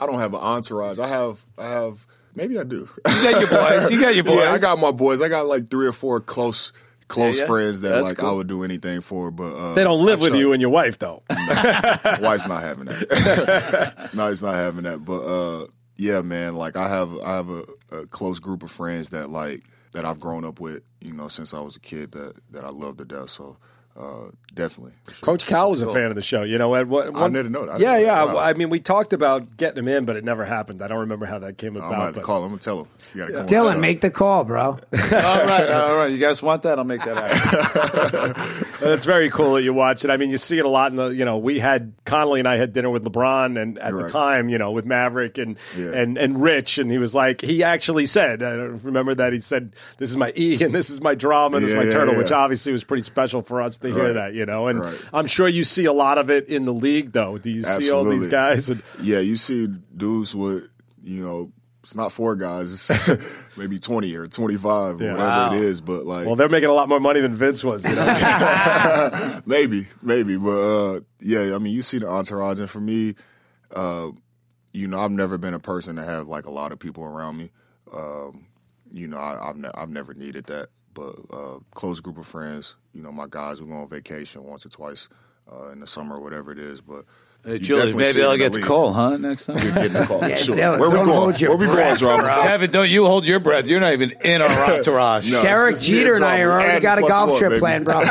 I don't have an entourage. I have I have maybe I do. *laughs*
you got your boys. You got your boys.
Yeah, I got my boys. I got like three or four close close
Yeah, yeah.
friends that
That's
like I
cool.
would do anything for, but
*laughs*
uh,
they don't live
I
with
chuck-
you and your wife
*laughs*
though.
Wife's not having that. *laughs* no, he's not having that. But uh, yeah, man, like I have I have a, a close group of friends that like that I've grown up with, you know, since I was a kid that that I love to death. So uh, definitely. for sure.
Coach Cal was a fan of the show. You know, at what? one-
didn't know that. I
Yeah,
didn't know
yeah.
that. Wow.
I mean, we talked about getting him in, but it never happened. I don't remember how that came
I'm gonna
about.
have
but-
to Oh, call him. I'm gonna tell him. You gotta come on the
Dylan.
show.
Make the call, bro.
all right, all right. You guys want that? I'll make that
*laughs*
happen.
But it's very cool that you watch it. I mean, you see it a lot in the. You know, we had Connolly and I had dinner with LeBron, and at the
Right.
time, you know, with Maverick and
Yeah.
and and Rich, and he was like, he actually said, I don't remember that he said, "This is my E, and this is my drama, and this
Yeah,
is my
yeah,
turtle,"
yeah.
which obviously was pretty special for us to hear
Right.
that. You know, and
Right.
I'm sure you see a lot of it in the league, though. Do you see all these
Absolutely.
guys? And,
Yeah, you see dudes with, you know, it's not four guys, it's
*laughs*
*laughs* maybe 20 or 25 or whatever
Wow.
it is, but like
well, they're making a lot more money than Vince was. You know?
maybe, maybe, but uh yeah, I mean, you see the entourage and for me, uh you know, I've never been a person to have like a lot of people around me. Um you know, I, I've ne- I've never needed that, but uh close group of friends, you know, my guys we go on vacation once or twice uh in the summer or whatever it is, but
Hey,
you
Julie,
definitely see
maybe
it
I'll
in the
get the
league.
call, huh? Next time.
Getting the
*laughs*
call. sure.
Dylan,
Where we
don't
going?
hold your
Where we going,
breath,
Drama?
bro.
Kevin, don't you hold your breath. You're not even in
*laughs*
our entourage.
No.
Derek
it's just me and
Jeter and I
Tom.
are already
And
got a
plus
golf
one,
trip
baby.
planned,
*laughs*
bro.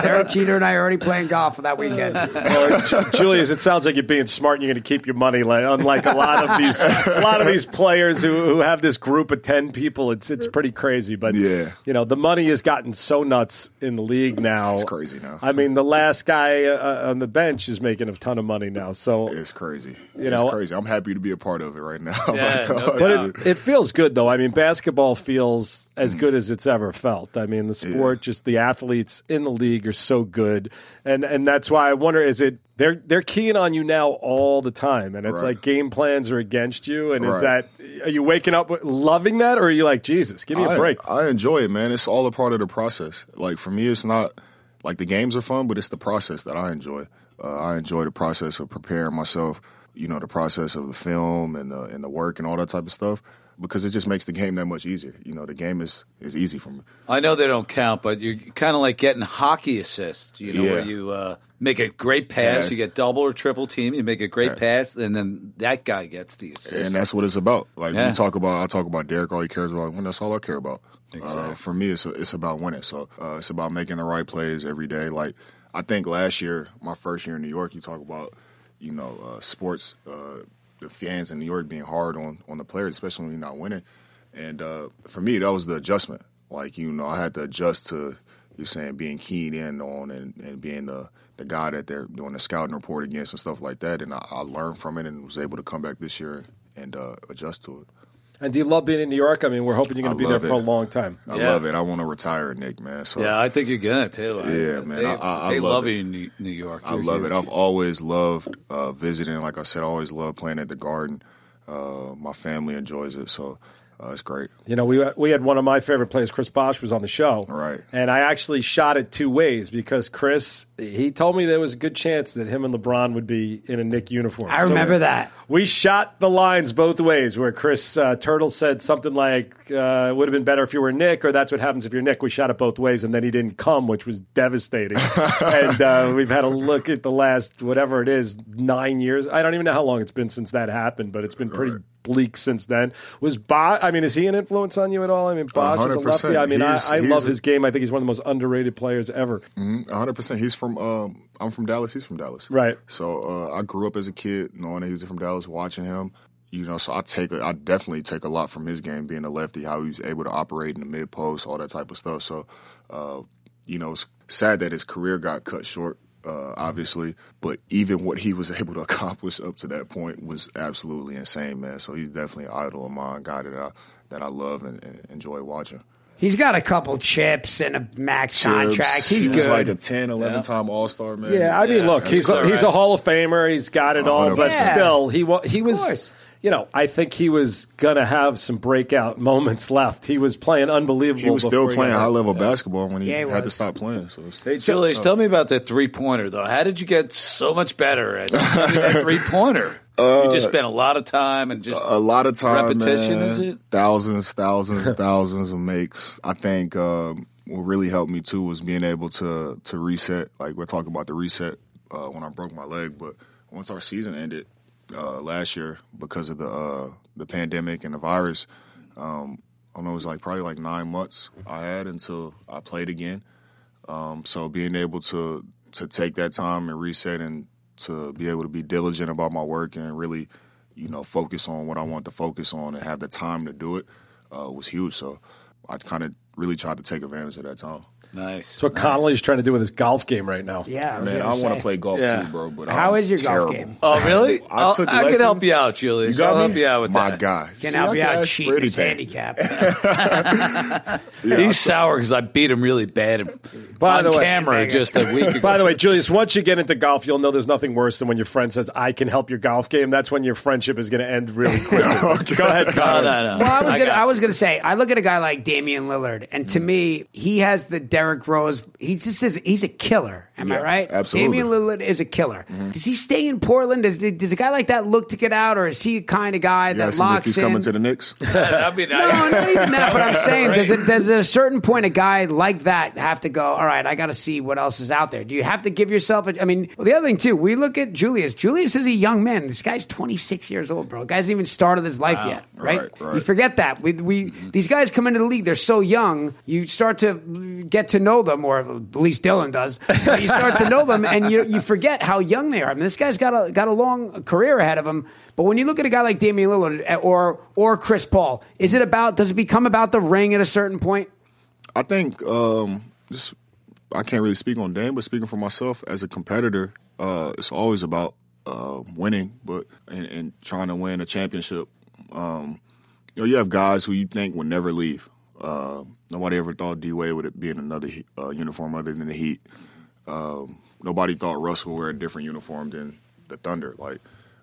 Derek Jeter and I are already playing golf for that weekend.
*laughs* Julius, it sounds like you're being smart. and You're going to keep your money, like, unlike a lot of these, a lot of these players who, who have this group of ten people. It's it's pretty crazy, but
Yeah.
you know the money has gotten so nuts in the league now.
It's crazy now.
uh, I mean, the last guy uh, on the bench is making a ton of money now. now. So
It's crazy.
You
it's
know-
crazy. I'm happy to be a part of it right now. *laughs*
Yeah,
Like,
no
uh,
But it, it feels good though. I mean, basketball feels
Hmm.
as good as it's ever felt. I mean, the sport, just the athletes in the league are so good, and and that's why I wonder is it they're they're keying on you now all the time, and it's
Right.
like game plans are against you, and is
Right.
that are you waking up with- loving that, or are you like Jesus, give me a
I-
break?
I enjoy it, man. It's all a part of the process. Like for me, it's not like the games are fun, but it's the process that I enjoy. Uh, I enjoy the process of preparing myself. You know, the process of the film and the and the work and all that type of stuff because it just makes the game that much easier. You know, the game is is easy for me.
I know they don't count, but you're kind of like getting hockey assists. You know, where
Yeah.
you uh, make a great pass,
Yes.
you get double or triple team, you make a great pass, and then that guy gets the assist.
and that's what it's about. Like
Yeah.
we talk about, I talk about Derek. All he cares about, and that's all I care about. Uh, for me, it's it's about winning. So uh, it's about making the right plays every day. Like I think last year, my first year in New York, you talk about, you know, uh, sports, uh, the fans in New York being hard on on the players, especially when you're not winning. And uh, for me, that was the adjustment. Like you know, I had to adjust to you're saying being keyed in on and, and being the the guy that they're doing the scouting report against and stuff like that. And I, I learned from it and was able to come back this year and uh, adjust to it.
And do you love being in New York? I mean, we're hoping you're going to
I
be there
love
for a
it.
long time.
I
Yeah.
love it. I want to retire, Nick, man. So
yeah, I think you're gonna too. I-
Yeah, man,
They,
I- I- I
they
love
love,
it.
you in New- New York.
I love it. I've always loved uh, visiting. Like I said, I always loved playing at the Garden. Uh, my family enjoys it, so uh, it's great.
You know, we we had one of my favorite players, Chris Bosch, was on the show.
Right.
And I actually shot it two ways because Chris, he told me there was a good chance that him and LeBron would be in a Nick uniform.
I
So
remember that.
we shot the lines both ways where Chris uh, Turtle said something like, uh, it would have been better if you were Nick, or that's what happens if you're Nick. We shot it both ways, and then he didn't come, which was
*laughs*
devastating. and uh, we've had a look at the last, whatever it is, nine years. I don't even know how long it's been since that happened, but it's been pretty bleak since then. Was Bosch, I mean, is he an influence on you at all? I mean, Bosch is a
100%.
lefty. I mean, I,
He's-
I
he's
love
a-
his game. I think he's one of the most underrated players ever.
A hundred percent. He's from. Um, I'm from Dallas. He's from Dallas.
Right.
So uh, I grew up as a kid knowing that he was from Dallas, watching him. You know, so I take. a- I definitely take a lot from his game, being a lefty, how he was able to operate in the mid post, all that type of stuff. So, uh, you know, it's sad that his career got cut short. Uh, obviously, but even what he was *laughs* able to accomplish up to that point was absolutely insane, man. So he's definitely an idol of mine, guy that I that I love and, and enjoy watching.
He's got a couple chips and a max contract. He's
He was
good.
like a 10, 11 time All Star, man.
Yeah, I mean, look,
that's Oh,
he's a,
clear,
he's a
right?
Hall of Famer. He's got it all, but
100%.
still, he wa- he was.
course.
You know, I think he was gonna have some breakout moments left. He was playing unbelievable.
he was still
before
playing
got
high
hurt.
level basketball when he,
Yeah, he
had to
was.
stop playing. So it's,
Hey, Julius, tell me about that three pointer though. How did you get so much better at
*laughs*
three pointer? you just spent a lot of time and just
Uh, a lot of time,
repetition.
man,
Is it? *laughs*
thousands, thousands, and thousands of makes? I think um, what really helped me too was being able to to reset. Like we're talking about the reset uh, when I broke my leg, but once our season ended uh, last year because of the uh, the pandemic and the virus, um, I don't know, it was like probably like nine months I had until I played again. Um, so being able to to take that time and reset and to be able to be diligent about my work and really, you know, focus on what I want to focus on and have the time to do it uh, was huge. So I kind of really tried to take advantage of that time.
Nice.
That's what Connolly's trying to do with his golf game right now.
yeah, I, was
Man,
gonna
I want
say.
to play golf
Yeah.
too, bro. But
How
I'm
is your
terrible. Uh,
golf game?
Oh, really?
I
I'll-
took
I can help
lessons.
you out, Julius.
You got
I'll
me?
help you out with
my
that.
guy.
Can
See,
help
I
you out
ask for
cheating his
anything.
handicap.
*laughs*
He's sour because I beat him really bad and-
By
on
the way-
camera just a week ago.
By the way, Julius, once you get into golf, you'll know there's nothing worse than when your friend says, "I can help your golf game." That's when your friendship is going to end really
*laughs*
quickly. Go ahead,
*laughs* no,
Connolly.
no, no.
Well, I was gonna,
got
I
you.
was gonna say, I look at a guy like Damian Lillard, and
Mm.
to me, he has the Derrick Rose. He just is he's a killer. Am I
Yeah,
right?
absolutely. Mm-hmm.
Damian Lillard is a killer. Does he stay in Portland? Does, does a guy like that look to get out, or is he a kind of guy
You
that
asking if
locks
he's
in?
coming to the Knicks?
I mean,
no,
I,
not even that. But I'm saying, does it does at a certain point a guy like that have to go? All right, I got to see what else is out there. Do you have to give yourself? A, I mean, well, the other thing too, we look at Julius. Julius is a young man. This guy's 26 years old, bro. Guy's even started his life yet, right?
Right, right.
You forget that. We we these guys come into the league. They're so young. You start to get to know them, or at least Dylan does. But you start to know them, and you you forget how young they are. I mean, this guy's got a got a long career ahead of him. But when you look at a guy like Damian Lillard eh, or or Chris Paul, is it about does it become about the ring at a certain point?
I think um, just I can't really speak on Dame, but speaking for myself as a competitor, uh, it's always about um, winning, but and, and trying to win a championship. Um, you know, you have guys who you think would never leave. Uh, nobody ever thought D Wade would be in another he- uh, uniform other than the Heat. Um, nobody thought Russ would wear a different uniform than the Thunder. Like,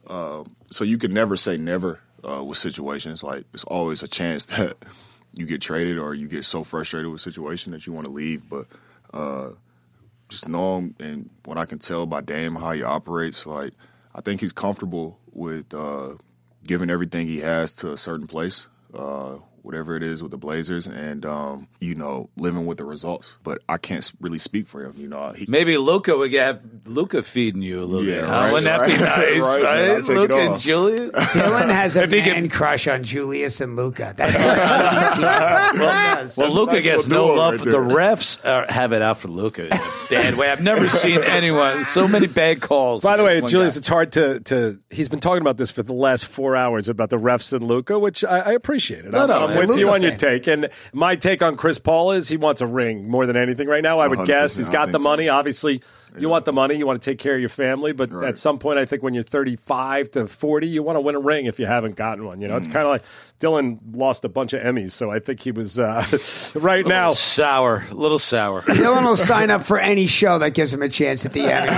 um, so you could never say never uh, with situations. Like, it's always a chance *laughs* that you get traded or you get so frustrated with a situation that you want to leave. But uh, just knowing and what I can tell by Dame how he operates, like I think he's comfortable with uh, giving everything he has to a certain place, uh, whatever it is with the Blazers, and um, you know living with the results. But I can't s- really speak for him. You know, he,
Maybe Luca would have Luca feeding you a little
Yeah,
bit. huh?
right,
Wouldn't that be
right, *laughs*
nice?
right, man, I'll
right?
take it
Luca and
all.
Julius.
*laughs*
Dylan has a
If he
man
could-
crush on Julius and Luca. That's all well, does.
Well, Luca
nice
gets no
little duo
love.
right
the
there.
refs are, have it out for Luca. Bad way. I've never seen anyone so many bad calls.
By the way,
against one
Julius,
guy.
it's hard to, to. He's been talking about this for the last four hours about the refs and Luca, which I, I appreciate it. I'm,
no,
I'm
man.
with
Luka
you on your
fan.
take, and my take on Chris Paul is he wants a ring more than anything right now. I would
100%,
guess he's
I
got
think
the
so.
money. Obviously, you want the money, you want to take care of your family, but
Right.
at some point, I think when you're 35 to 40, you want to win a ring if you haven't gotten one. You know, it's kind of like Dylan lost a bunch of Emmys, so I think he was uh, *laughs* right now.
sour, a little sour.
Dylan will sign up for any show that gives him a chance at the Emmy.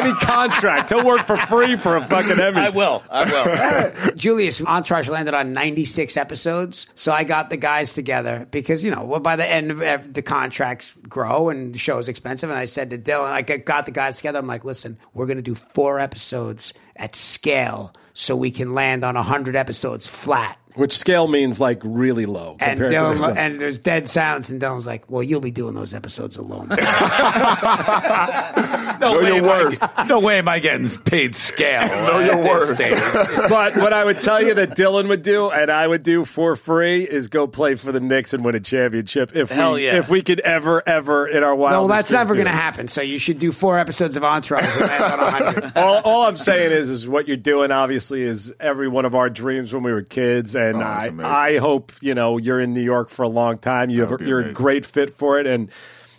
Any contract, he'll work for free for a fucking Emmy.
I will. I will.
Julius Entourage landed on 96 episodes, so I got the guys together because you know, well, by the end of ev- the contracts grow and the show's expensive, and I said to Dylan, I got- got the guys together. I'm like, listen, we're gonna do four episodes at scale so we can land on 100 episodes flat.
Which scale means like really low
And
compared to
Dylan,
this.
*laughs* and there's dead silence, and Dylan's like, "Well, you'll be doing those episodes alone."
*laughs*
No
Know
way.
your
am I-
worth.
no way am I getting paid scale. know
your worth.
*laughs*
but what I would tell you that Dylan would do and I would do for free is go play for the Knicks and win a championship if
Hell
we,
yeah.
if we could ever ever in our wild.
well, that's never going to happen. So you should do four episodes of Entourage and land on
*laughs*
100.
all, all I'm saying is, is what you're doing. Obviously, is every one of our dreams when we were kids, and
Oh, that's
I,
amazing.
I hope you know you're in New York for a long time. You
That
have,
would be
you're a
amazing.
great fit for it, and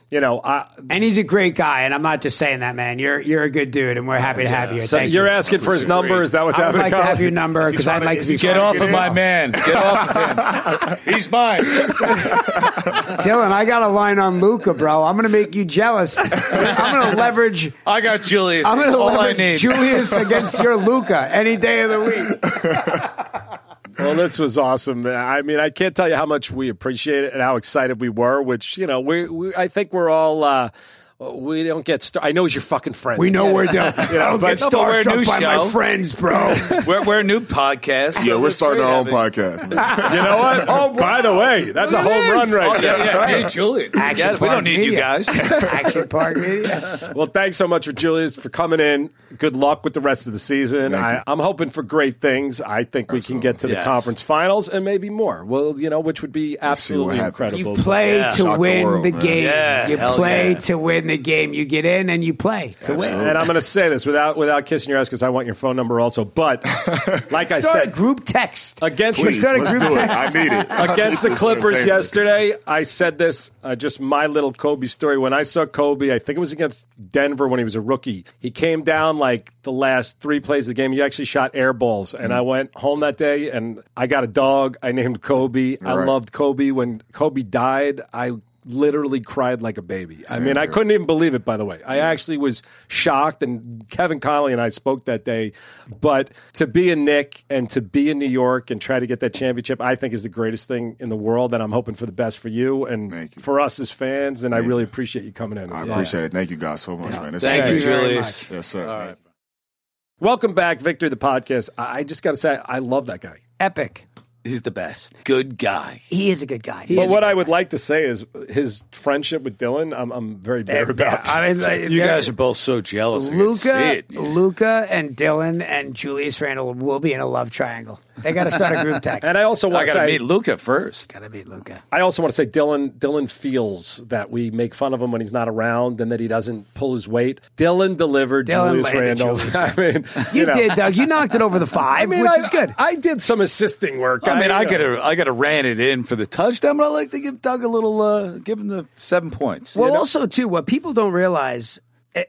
you know, I,
And he's a great guy, and I'm not just saying that, man. You're you're a good dude, and we're happy to have you.
so
Thank
you're
you.
asking for his
Appreciate it.
number. Is that what's
I would
happening?
like to have
Colin?
your number because I'd like to be
Get
friends
off
with
of
you.
my man. Get off of him. He's mine.
Dylan, I got a line on Luca, bro. I'm going to make you jealous. I'm going to leverage.
I got Julius.
I'm going
That's
to
all I
leverage
need. *laughs*
Julius against your Luca any day of the week.
Well, this was awesome. I mean, I can't tell you how much we appreciate it and how excited we were. Which you know, we, we I think we're all uh, we don't get. Star- I know it's your fucking friend.
We know we're Dylan. I don't
but-
get
No, but we're a new
starstruck by
show.
my
*laughs*
friends, bro.
we're, we're a new podcast.
yeah, we're starting our own
podcast.
podcast. Man.
You know what? oh, by the way, that's a
Look
home
at
run
this.
right
Oh,
there.
yeah, yeah. Hey, Julian.
Action
Yeah, we
Park
don't need you
Media.
guys.
*laughs* Action Park Media.
*laughs* Well, thanks so much for Julius for coming in. Good luck with the rest of the season.
Thank
I,
you.
I'm hoping for great things. I think we can get to the
Yes.
conference finals and maybe more. Well, you know, which would be
see what
absolutely
happens.
incredible.
You play
Yeah.
to
Shock the
win the,
world, man.
game.
Yeah,
you
hell
play
yeah.
to win the game. You get in and you play to win.
Absolutely.
and I'm going to say this without without kissing your ass because I want your phone number also. But like I
Start a
said,
group text.
against
Please,
the,
started
let's
group
do it.
text.
I need it I
against
need
the
this
Clippers
entertainment.
yesterday. I said this, uh, just my little Kobe story. When I saw Kobe, I think it was against Denver when he was a rookie. He came down like the last three plays of the game. He actually shot air balls,
Mm.
and I went home that day and I got a dog. I named Kobe. I
Right.
loved Kobe. When Kobe died, I literally cried like a baby. I mean, I
here.
couldn't even believe it. By the way, I actually was shocked. And Kevin Conley and I spoke that day. But to be a Nick and to be in New York and try to get that championship, I think is the greatest thing in the world. And I'm hoping for the best for you and
Thank you.
for us as fans. And I really appreciate you coming in.
I
It's-
appreciate it. Thank you guys so much, man. This
Thank
is
you,
Thank you very
Julius.
Yes, sir.
Welcome back, Victor, the podcast. I I just got to say, I love that guy.
Epic.
He's the best. Good guy.
He is a good guy.
But what I would like to say is his friendship with Dylan, I'm, I'm very bitter about.
I mean, like,
You
there-
guys are both so jealous.
Luca, Luca, and Dylan and Julius Randall will be in a love triangle. They got to start a group text.
and I also
I
want to
gotta
say,
meet Luca first.
gotta meet Luca.
I also want to say Dylan Dylan feels that we make fun of him when he's not around and that he doesn't pull his weight. Dylan delivered
Dylan
Julius
laid to
Randall. *laughs*
Julius
I mean,
You,
know.
did, Doug. You knocked it over the
*laughs*
five,
I mean,
which
I,
is good.
I did some assisting work.
I mean, I
you
gotta,
know.
I gotta ran it in for the touchdown, but I like to give Doug a little, uh, give him the seven points.
well, also too, what people don't realize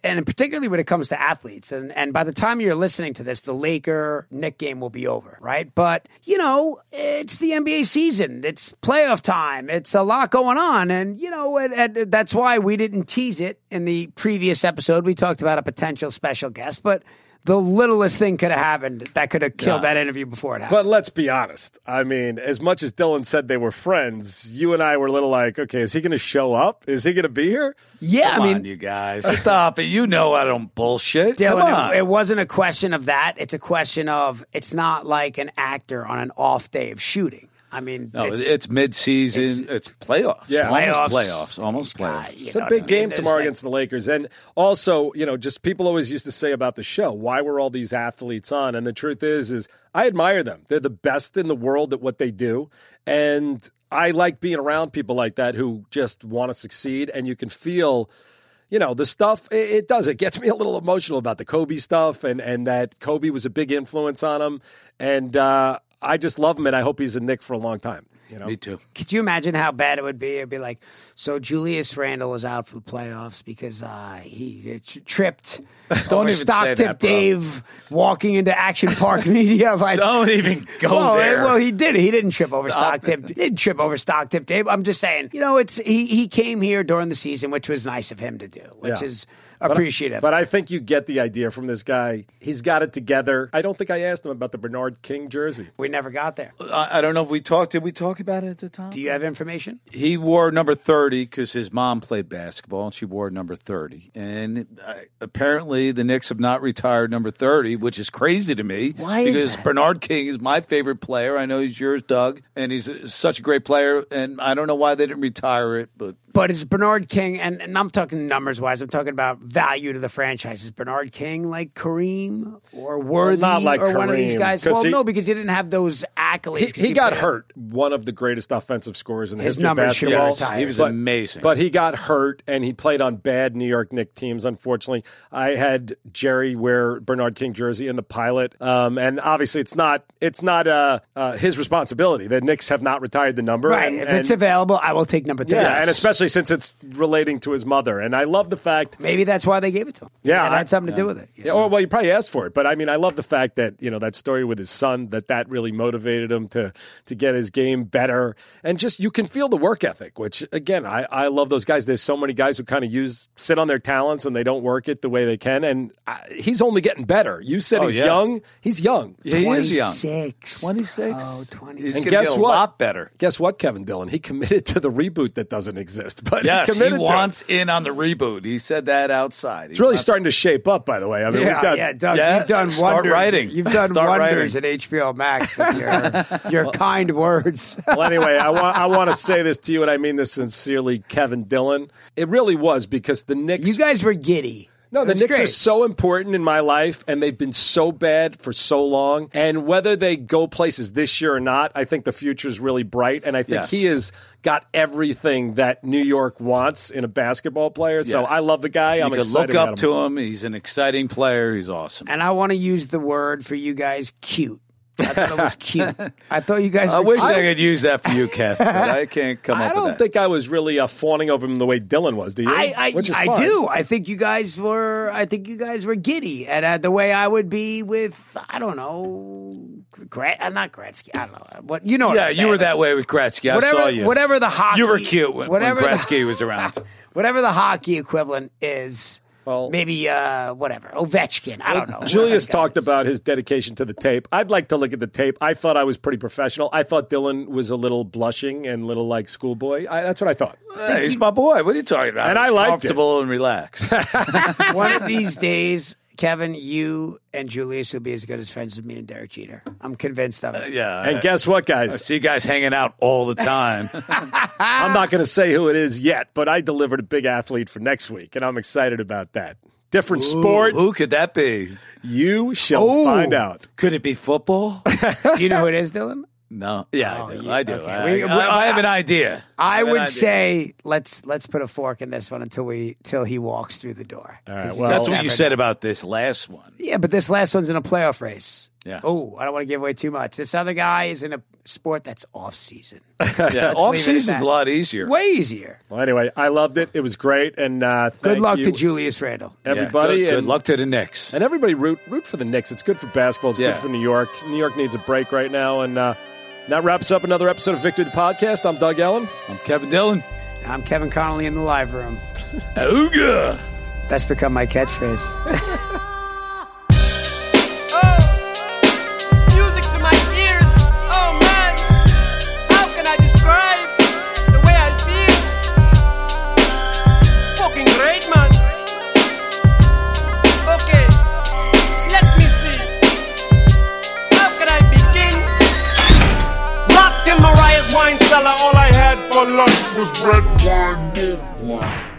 and particularly when it comes to athletes, and, and by the time you're listening to this, the Laker Nick game will be over, right? But, you know, it's the NBA season, it's playoff time, it's a lot going on. And, you know, and, and that's why we didn't tease it in the previous episode. We talked about a potential special guest, but the littlest thing could have happened that could have killed that interview before it happened.
But let's be honest. I mean, as much as Dylan said they were friends, you and I were a little like, okay, is he going to show up? Is he going to be here?
yeah,
Come
I mean,
on, you guys. *laughs* Stop it. You know I don't bullshit. Come
Dylan,
on.
it, it wasn't a question of that. It's a question of it's not like an actor on an off day of shooting. I mean,
no,
it's,
it's, mid-season. It's, playoffs.
Yeah.
almost
Playoffs.
playoffs. Almost playoffs.
God, you
It's a
know,
big
I mean,
game
there's
tomorrow
like-
against the Lakers. And also, you know, just people always used to say about the show, why were all these athletes on? And the truth is, is I admire them. They're the best in the world at what they do. And I like being around people like that who just want to succeed and you can feel you know the stuff it, it does it gets me a little emotional about the kobe stuff and and that kobe was a big influence on him and uh i just love him and i hope he's a nick for a long time you know
Me too.
Could you imagine how bad it would be? It'd be like, so Julius Randle is out for the playoffs because uh, he uh, tr- tripped.
*laughs* Don't
over
even
stock
say
tip
that, bro.
Dave walking into Action
*laughs*
Park Media. Like,
Don't even go
well, eh,
there.
Well, he did. He didn't trip over stock tip. He didn't trip over stock tip Dave. I'm just saying, you know, it's he, he came here during the season, which was nice of him to do, which
Yeah.
is appreciative.
But I think you get the idea from this guy. He's got it together. I don't think I asked him about the Bernard King jersey.
we never got there.
Uh,
I, I don't know if we talked. Did we talk about it at the time?
Do you have information?
he wore number 30 because his mom played basketball and she wore number 30. And uh, apparently the Knicks have not retired number 30, which is crazy to me.
Why is
Because
that?
Bernard King is my favorite player. I know he's yours, Doug, and he's uh, such a great player. And I don't know why they didn't retire it, but
But is Bernard King, and, and I'm talking numbers wise, I'm talking about value to the franchise. Is Bernard King like Kareem or Worthy
not like
or one of these
Kareem,
guys?
'cause
Well,
he-
no, because he didn't have those accolades.
He,
'cause
he got
played-
hurt. One of the greatest offensive scorers in the
His
history of
numbers should have
basketball.
retired.
he was
But-
amazing.
But he got hurt, and he played on bad New York Knicks teams. Unfortunately, I had Jerry wear Bernard King jersey in the pilot, um, and obviously, it's not it's not uh, uh, his responsibility. The Knicks have not retired the number.
Right.
and-
if
and-
it's available, I will take number three.
yeah, and especially since it's relating to his mother. And I love the fact
Maybe that's why they gave it to him.
Yeah,
It
I-
had something to do with it. you
Yeah,
know?
or well, you probably asked for it, but I mean, I love the fact that you know that story with his son that that really motivated him to to get his game better, and just you can feel the work ethic. Which again, I I love those guys. There's so many guys who kind of use sit on their talents and they don't work it the way they can, and I, he's only getting better. You said he's
Oh, yeah.
young. He's young.
yeah, he is young.
26.
26.
Oh,
He's
26.
gonna
guess
get a
what?
lot better.
Guess what, Kevin Dillon? He committed to the reboot that doesn't exist, but
Yes,
he
he
committed to it.
wants in on the reboot. He said that outside.
It's really starting to shape up, by the way. I mean,
Yeah,
we've got
yeah, Doug,
Yeah,
you've done
start
wonders.
writing.
You've done
Start
wonders
writing.
at HBO Max with
*laughs*
your, your kind words.
well, anyway, I want I want to say this to you, and I mean this sincerely, Kevin Dillon. It really was because the Knicks.
You guys were giddy.
no,
It
the
was
Knicks are
great.
so important in my life, and they've been so bad for so long. And whether they go places this year or not, I think the future is really bright. And I think
Yes.
he has got everything that New York wants in a basketball player. So
Yes.
I love the guy.
You
I'm
could
excited
look up
about him.
to him. He's an exciting player. He's awesome.
and I want to use the word for you guys, cute. I thought
*laughs*
it was cute. I thought you guys.
I
were
wish I,
cute.
could use that for you, Kev, but I can't come
*laughs* I
up with
don't
that.
think I was really uh, fawning over him the way Dylan was. Do you?
I I,
Which is
I
fine.
do. I think you guys were. I think you guys were giddy, and uh, the way I would be with I don't know, Gret, uh, not Gretzky. I don't know what you know. what
yeah,
I'm
you were
saying.
that way with Gretzky. I
Oh, Whatever,
saw you.
whatever the hockey.
You were cute when,
whatever
when
the-
Gretzky was around.
*laughs* whatever the hockey equivalent is.
Well-
maybe uh, whatever Ovechkin. I don't know.
Julius
Whatever
talked
guys.
about his dedication to the tape. I'd like to look at the tape. I thought I was pretty professional. I thought Dylan was a little blushing and little like schoolboy. I, that's what I thought.
Hey, he's my boy. What are you talking about?
And I
He's
liked it.
comfortable and relaxed.
One of these days, Kevin, you and Julius will be as good as friends as me and Derek Jeter. I'm convinced of it.
yeah.
And guess what, guys?
see you guys hanging out all the time.
I'm not going to say who it is yet, but I delivered a big athlete for next week, and I'm excited about that. Different sport.
Who could that be?
You shall
Ooh.
find out.
Could it be football?
Do you know who it is,
*laughs*
Dylan?
*laughs* no. Oh, Yeah, I do. I, do.
okay.
I,
We- we-
I- I have an idea.
I
have an
would
idea.
say let's let's put a fork in this one until we till he walks through the door.
All right,
'Cause
well-
just
That's what
never
you said about this last one.
know. Yeah, but this last one's in a playoff race.
Yeah.
Oh, I don't want to give away too much. This other guy is in a sport that's
*laughs*
off season.
Yeah, off
leave it
season's
at
a
that.
lot easier.
Way easier.
Well, anyway, I loved it. It was great, and uh,
Good
thank
luck
you,
to Julius Randle.
Yeah,
everybody.
good, good
and,
luck to the Knicks.
and everybody root root for the Knicks. It's good for basketball. It's
Yeah.
good for New York. New York needs a break right now, and uh, that wraps up another episode of Victory the Podcast. I'm Doug Ellen.
I'm Kevin Dillon.
I'm Kevin Connolly in the live room.
Ooga.
That's become my catchphrase.
Oh, it's music to my ears. Oh man, how can I describe the way I feel? Fucking great, man. Okay, let me see. How can I begin? Locked in Mariah's wine cellar, all I had for lunch was bread.
one big one.